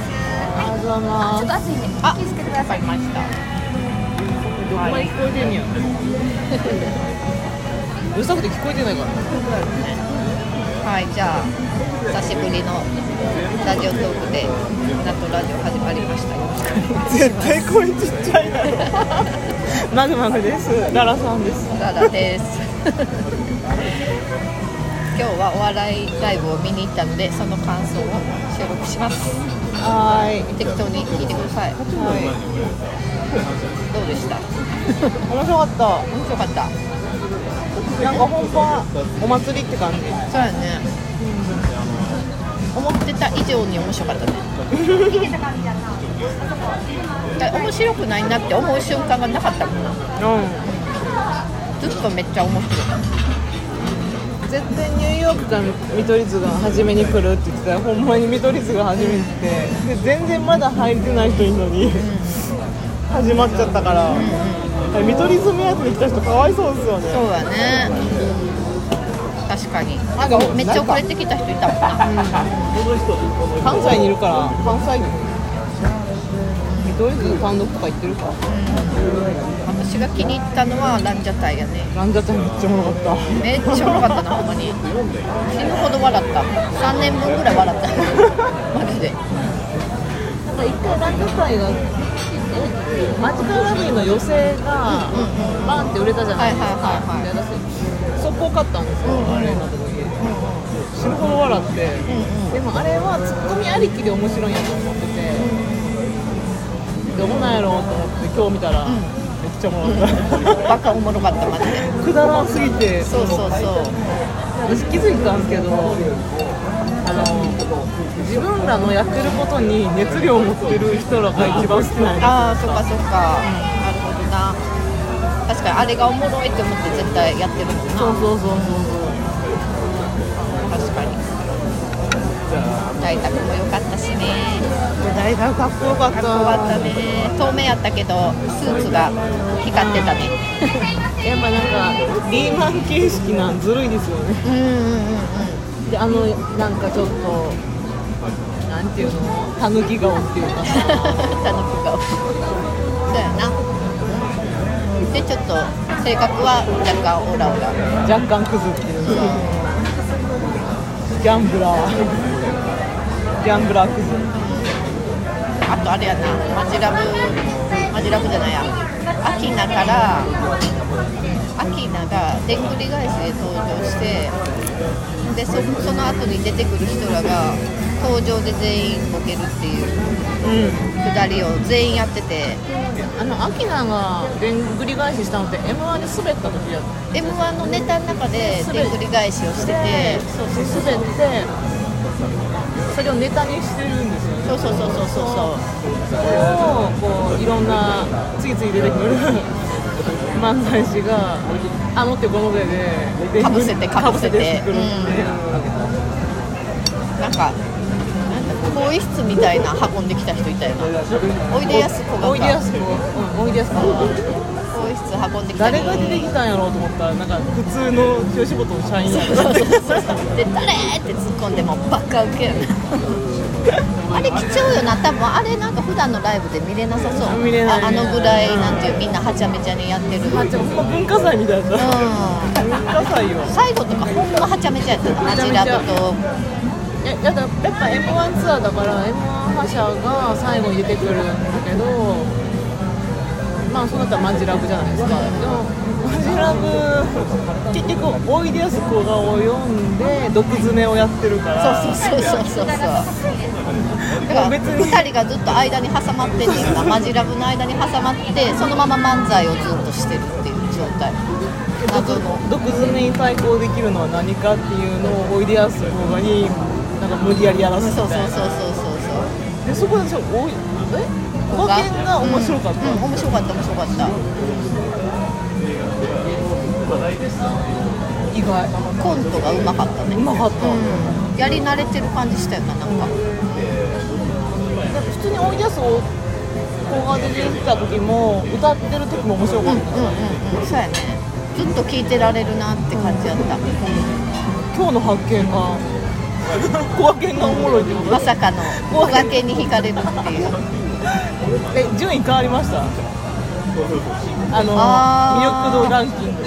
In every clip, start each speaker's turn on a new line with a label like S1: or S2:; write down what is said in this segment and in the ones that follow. S1: ちょっと熱いん
S2: うございます
S1: で
S2: あ
S1: 気をつけてください
S2: いましたどこまで聞こえてんねやうるさくて聞こえてないから
S3: はいじゃあ久しぶりのラジオトークでなんとラジオ始まりましたよ
S2: 絶対声ちっちゃいだろマグマグですララさんです
S3: ララです 今日はお笑いライブを見に行ったのでその感想を収録します
S2: はい
S3: 適当に聞いてくださ
S2: は
S3: い
S2: い
S3: どうでした
S2: 面白かっ
S3: 面白かった
S2: たなんか本番お祭りって感じ
S3: そうやね思ってた以上に面白か ったねいや面白くないなって思う瞬間がなかったもんな
S2: う
S3: ずっとめっちゃ面白
S2: ん
S3: い
S2: 絶対ニューヨークから見取り図が初めに来るって言ってたらほんまに見取り図が初めに来てで全然まだ入ってない人いるのに始まっちゃったからあれ見取り図目当てで来た人かわいそうですよね
S3: そうだね確かに
S2: なんか
S3: めっちゃ遅れてきた人いたもんな
S2: 関西にいるから関西見取り図単独とか行ってるか
S3: 私が気に入ったのはランジャタイやね
S2: ランジャタイめっちゃおもろかっ
S3: めっちゃおもろかったなほんまに死ぬほど笑った3年分ぐらい笑ったマジで
S2: たなんか一回ランジャタイがマジカルラブリーの寄席がバンって売れたじゃないですか、
S3: はいはいはい
S2: 私速攻買ったんですよ、あれの時死ぬほど笑って、でもあれはツッコミありきで面白いんやと思ってて、どうなんやろうと思って今日見たら、めっちゃおもろかった、
S3: バカおもろかったマジで
S2: くだらんすぎて
S3: そうそうそう
S2: 私気づいたんですけどあの自分らのやってることに熱量を持ってる人らが一番好きなんや
S3: ああそっかそっか、なるほどな確かにあれがおもろいって思って絶対やってるもんな
S2: そうそうそうそう
S3: 確かに大宅も良かったしね
S2: そう大学かっこよかった
S3: かっこよかったね透明やったけどスーツが光ってたね
S2: やっぱなんかリーマン形式なんずるいですよね
S3: うん うんうんうん
S2: であのなんかちょっとなんていうのたぬき顔っていうかさ
S3: たぬき顔そうやなでちょっと性格は若干オラオラ
S2: 若干クズっていうかギャンブラーギャンブラークズ
S3: あとあれやなマジラブマジラブじゃないやアキナからアキナがでんぐり返しで登場してでそその後に出てくる人らが登場で全員ボケるっていう
S2: うん
S3: くだりを全員やってて
S2: あのアキナがでんぐり返ししたのって m 1で滑った時やった
S3: m 1のネタの中ででんぐり返しをしてて
S2: そうそう滑ってそれをネタにしてるんですよね
S3: そうそうそうそうそうそう
S2: それをこういろんな次々出てくる漫才師があの手この手で
S3: かぶせてかぶせ
S2: か
S3: て
S2: ぶしてくるっていう
S3: なんかなんだ更衣室みたいな運んできた人いたよなおいでやすこが
S2: おいでやすこうんおいでやすこが
S3: 更衣室運んできたり
S2: 誰が出てきたんやろうと思ったらなんか普通の吉本の社員や った
S3: で誰って突っ込んでもうバカウケるあれ貴重よな多分あれなんか普段のライブで見れなさそう
S2: 見れない
S3: ああのぐらいなんていうみんなはちゃめちゃにやってるうん
S2: あちょほんま文化祭みたいな文化祭よ
S3: 最後とかほんまはちゃめちゃやったなマジラブと
S2: ややだやっぱ m 1ツアーだから m 1覇者が最後に出てくるんだけどまあそうなったらマジラブじゃないですかでもマジラブ結局おいでやす小顔を読んで毒詰めをやってるから
S3: そうそうそうそうそうそうだから
S2: 別に
S3: 2人がずっと間に挟まってっていうかマジラブの間に挟まってそのまま漫才をずっとしてるっていう状態謎の
S2: 毒詰めに対抗できるのは何かっていうのをおいでやす小顔になんか無理やりやら
S3: そう
S2: せ
S3: そうそ
S2: みた
S3: うそう
S2: いな
S3: そうそ
S2: で
S3: う
S2: そこでしょおいえ語源が面白かった、
S3: うんうん面白かった面白かった
S2: 意外
S3: コントがうまかったね
S2: うまかった、
S3: うんやり慣れてる感じしたよななんか
S2: なんか普通に追い出す子が出てきた時も歌ってる時も面白かった、
S3: うんうんうんそうやねずっと聞いてられるなって感じやった
S2: 今日の発見が小分けがおもろいってこと
S3: まさかの小掛けに惹かれるっていう
S2: え順位変わりましたあの魅
S3: あー
S2: 力度ランキング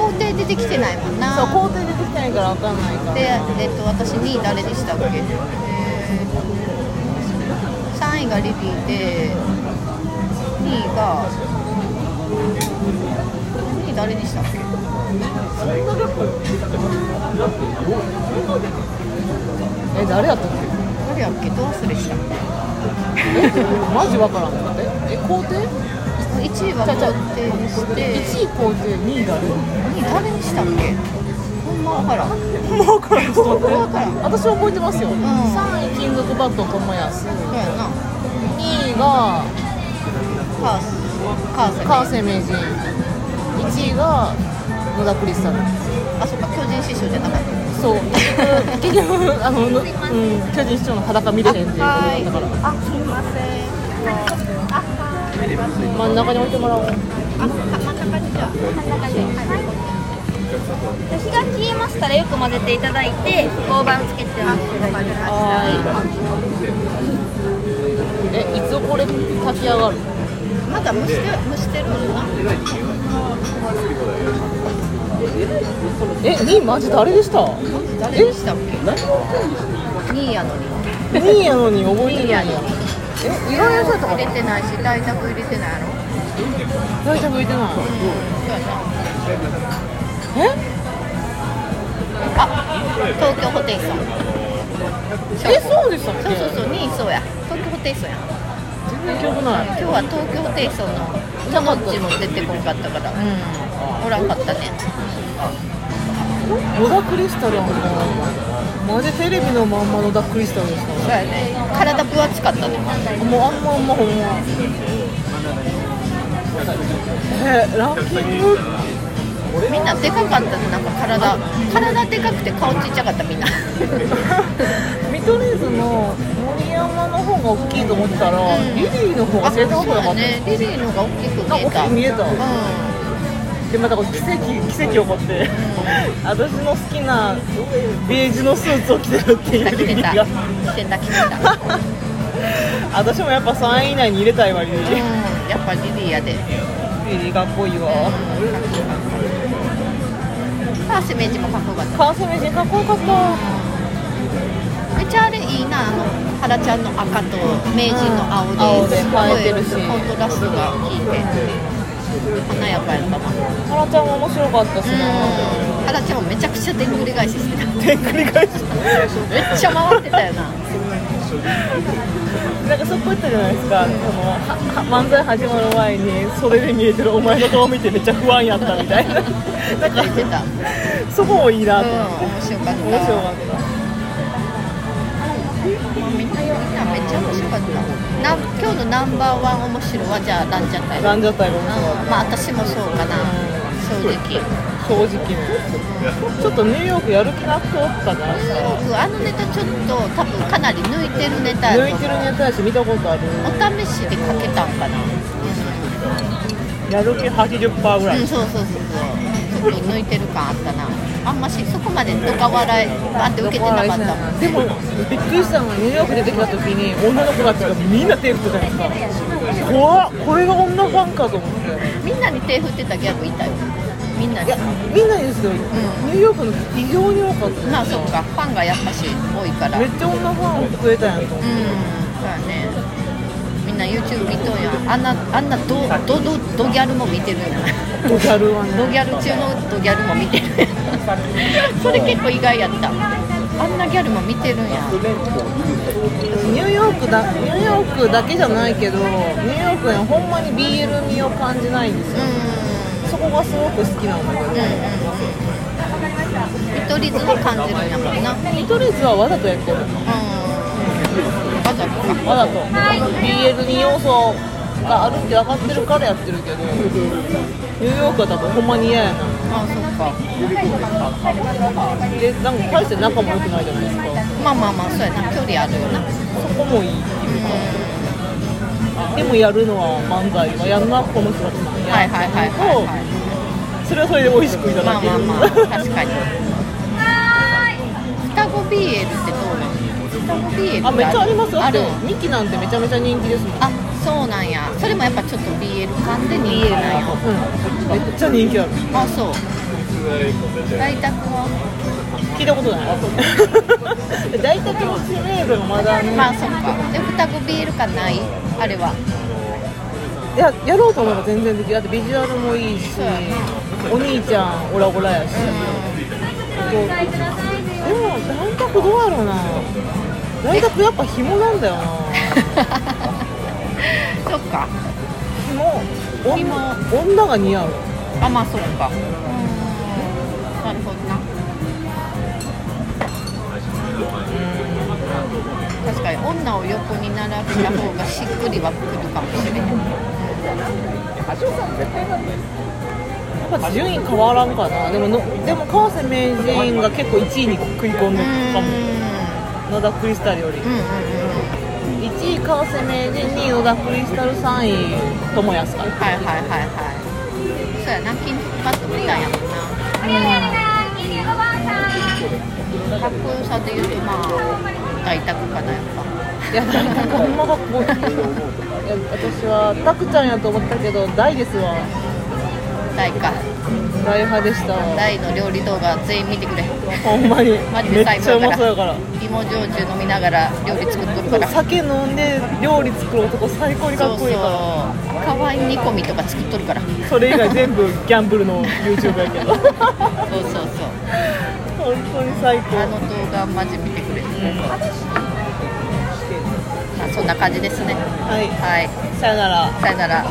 S3: 法廷出てきてないもんな
S2: そう工程出てきてないからわかんないから
S3: で、えっと、私2位誰でしたっけ、え3位がリリーで2位が2位誰でしたっけ
S2: え誰やったっけ
S3: 誰やっけどう忘れした
S2: マジわからんかってえ工程
S3: 1位は
S2: ちゃうちゃう
S3: 肯定にして
S2: 1位工程2位誰
S3: 2位誰でしたっけほんまわからんうん
S2: もうからんちょっと待
S3: わからん
S2: って私覚えてますよ、
S3: ん
S2: 3位金属バット友安
S3: そうやな
S2: 2位が
S3: カースカース
S2: 川瀬
S3: ね
S2: 名人1位が野田クリスタル
S3: あそっか巨人師匠じゃなかった
S2: そう結局結局あの、のうん、巨人市長の裸見れへんっていうことだったから
S3: あすいませんあはい
S2: 真ん中に置いてもらおう
S1: あ、真ん中にじゃあ真ん中に火が消えましたらよく混ぜていただいて大判つけてます
S2: はーいえいつこれ炊き上がる
S3: まだ蒸して蒸してるのな
S2: え2位マジ誰でした
S3: 誰でしたっけ2位やのに
S2: 2位やのに覚えてるんや
S3: 二位やの
S2: え意外な人やったか
S3: 入
S2: な
S3: れてないし大宅入れてないやろ
S2: 大体向いてない
S3: そうやな
S2: え
S3: あ東京ホテイソン
S2: えそうでしたっけ
S3: そうそうそう2位そうや東京ホテイソンや
S2: 全然記憶ない
S3: 今日は東京ホテイソンのジャマッチも出てこなかったからおらんかったね
S2: 野田クリスタルはもうマジテレビのまんま野田クリスタルですから
S3: そうやね体分厚かったね
S2: もうあんまあんまほんまえーランキング
S3: みんなでかかったねなんか体体でかくて顔ちっちゃかったみんな
S2: 見取り図の森山の方が大きいと思ってたら、
S3: うん
S2: リリーの方が正
S3: そ
S2: 確な
S3: う
S2: か
S3: や
S2: った、
S3: ねリリーの方が大きく見え
S2: なんか
S3: た
S2: 大きく見えた
S3: うん
S2: でまたこう奇跡奇跡起こって私の好きなベージュのスーツを着てるって
S3: 来てた来てた
S2: いう
S3: 来て
S2: リリーが
S3: た来てた
S2: 私もやっぱ3位以内に入れたいわリリー
S3: うんやっぱリリーやで
S2: リリーかっこいいわ
S3: パースメージもかっこよかっ
S2: 川瀬名人かっこよかった
S3: ためっちゃあれいいなあの原ちゃんの赤と名人の青で,、
S2: うん青で映えてるし
S3: すごいコントラストが効いて華やかやったな
S2: 原
S3: うん
S2: ちゃんも面白かったしな
S3: 原ちゃんもめちゃくちゃでんぐり返ししてた め
S2: で繰り返し
S3: っちゃ回ってたよな
S2: なんかそこ行ったじゃないですか、そのはは漫才始まる前にそれで見えてるお前の顔見てめっちゃ不安やったみた いななん
S3: 言って
S2: か
S3: たうん
S2: そこもいいなと思って、
S3: 面白かった
S2: 面白かっ
S3: みんなめっちゃ面白かったなん今日のナンバーワン面白はじゃあランジャタイ
S2: たランジャタイが面白かっ
S3: まあ私もそうかな正直
S2: た正直ねちょっとニューヨークやる気なくておったから
S3: ニューヨークあのネタちょっと多分かなり抜いてるネタやと
S2: 抜いうて
S3: 思
S2: るネタやし見たことある
S3: お試しでかけたんかな
S2: やる気80%ぐらい、
S3: うんそうそうそうそうちょっと抜いてる感あったなあんましそこまでどか笑いバンって受けてなかったもん
S2: でもびっくりしたのがニューヨーク出てきた時に女の子たちがみんな手振ってたんですか怖っこれが女ファンかと思って
S3: みんなに手振ってたギャグいたよみんないに
S2: やみんなにですけど、ニューヨークの異常に多かった
S3: まあそっかファンがやっぱし多いからう
S2: めっ
S3: ん
S2: ちゃ女ファン増えたやんと思っ
S3: そうやねみんな YouTube 見とんやんあんなあんなドドドドギャルも見てるんやない
S2: てドギャルはね
S3: ドギャル中のドギャルも見てる それ結構意外やったあんなギャルも見てるんや
S2: ニューヨークだニューヨークだけじゃないけどニューヨークねほんまに BL 味を感じないんです
S3: う
S2: よ
S3: ん
S2: そこがすごく好きなんだけど
S3: 見取り図の感じるんやもんなうん
S2: 見取り図はわざとやってる
S3: わざとか
S2: わざと BL に要素があるって分かってるからやってるけどニューヨークは多分ほんまに嫌やな
S3: あそっか
S2: でなんか大して仲も良くないじゃないですか
S3: まあまあまあそうやな距離あるよな
S2: そこもいいでもやるのは漫才はやるのはこの人たちなんや
S3: はいはいはいはい、は
S2: それはそれで美味しくいた
S3: い、ま
S2: だ
S3: あ
S2: け
S3: まあ
S2: る
S3: まあ確かに双子 BL ってどうなの双子 BL
S2: あめっちゃありますよ
S3: ある
S2: ミキなんてめちゃめちゃ人気ですもん
S3: あそうなんやそれもやっぱちょっと BL 感で BL なんや
S2: うん、めっちゃ人気ある
S3: あそう大宅は
S2: 聞いたことない 大体の知名度がまだね、
S3: まあそっかで双子 BL 感ないあれは
S2: ややろうと思えば全然できるだってビジュアルもいいし
S3: そうやな
S2: お兄ちゃんオラオラやし、こうでも大学どうやろうな大学やっぱ紐なんだよな
S3: そっか
S2: 紐
S3: 紐
S2: 女が似合う
S3: あまあそっかなるほどな確かに女を横に並べた方がしっくりはくるかもしれない
S2: やっぱ順位変わらんかなでものでも川瀬名人が結構1位に食い込んでるかも野田クリスタルより
S3: うんうんうんうん
S2: 1位川瀬名人2位野田クリスタル3位友安か
S3: はいはいはいはいそうやな金属バットみたいやもんなかっこよさで言うとまあ大宅かなやっ
S2: いやなんかほんまかっこいいいや私はタクちゃんやと思ったけど大ですわ
S3: ぱ大か
S2: 大派でしたわ
S3: 大の料理動画全員見てくれ
S2: ほんまに
S3: マジ
S2: めっ
S3: で最
S2: ちゃう
S3: 高や
S2: ま
S3: か
S2: そう
S3: ら
S2: やから
S3: 芋焼酎飲みながら料理作っとる
S2: そ
S3: か
S2: う
S3: ら
S2: 酒飲んで料理作る男最高にかっこいいから
S3: そうかわい煮込みとか作っとるからそう
S2: それ以外全部ギャンブルの YouTube やけど本
S3: そうそう
S2: 当に最高
S3: あの動画マジ見てくれ、まあ、そんな感じですね
S2: はい
S3: はい
S2: さよなら
S3: さよなら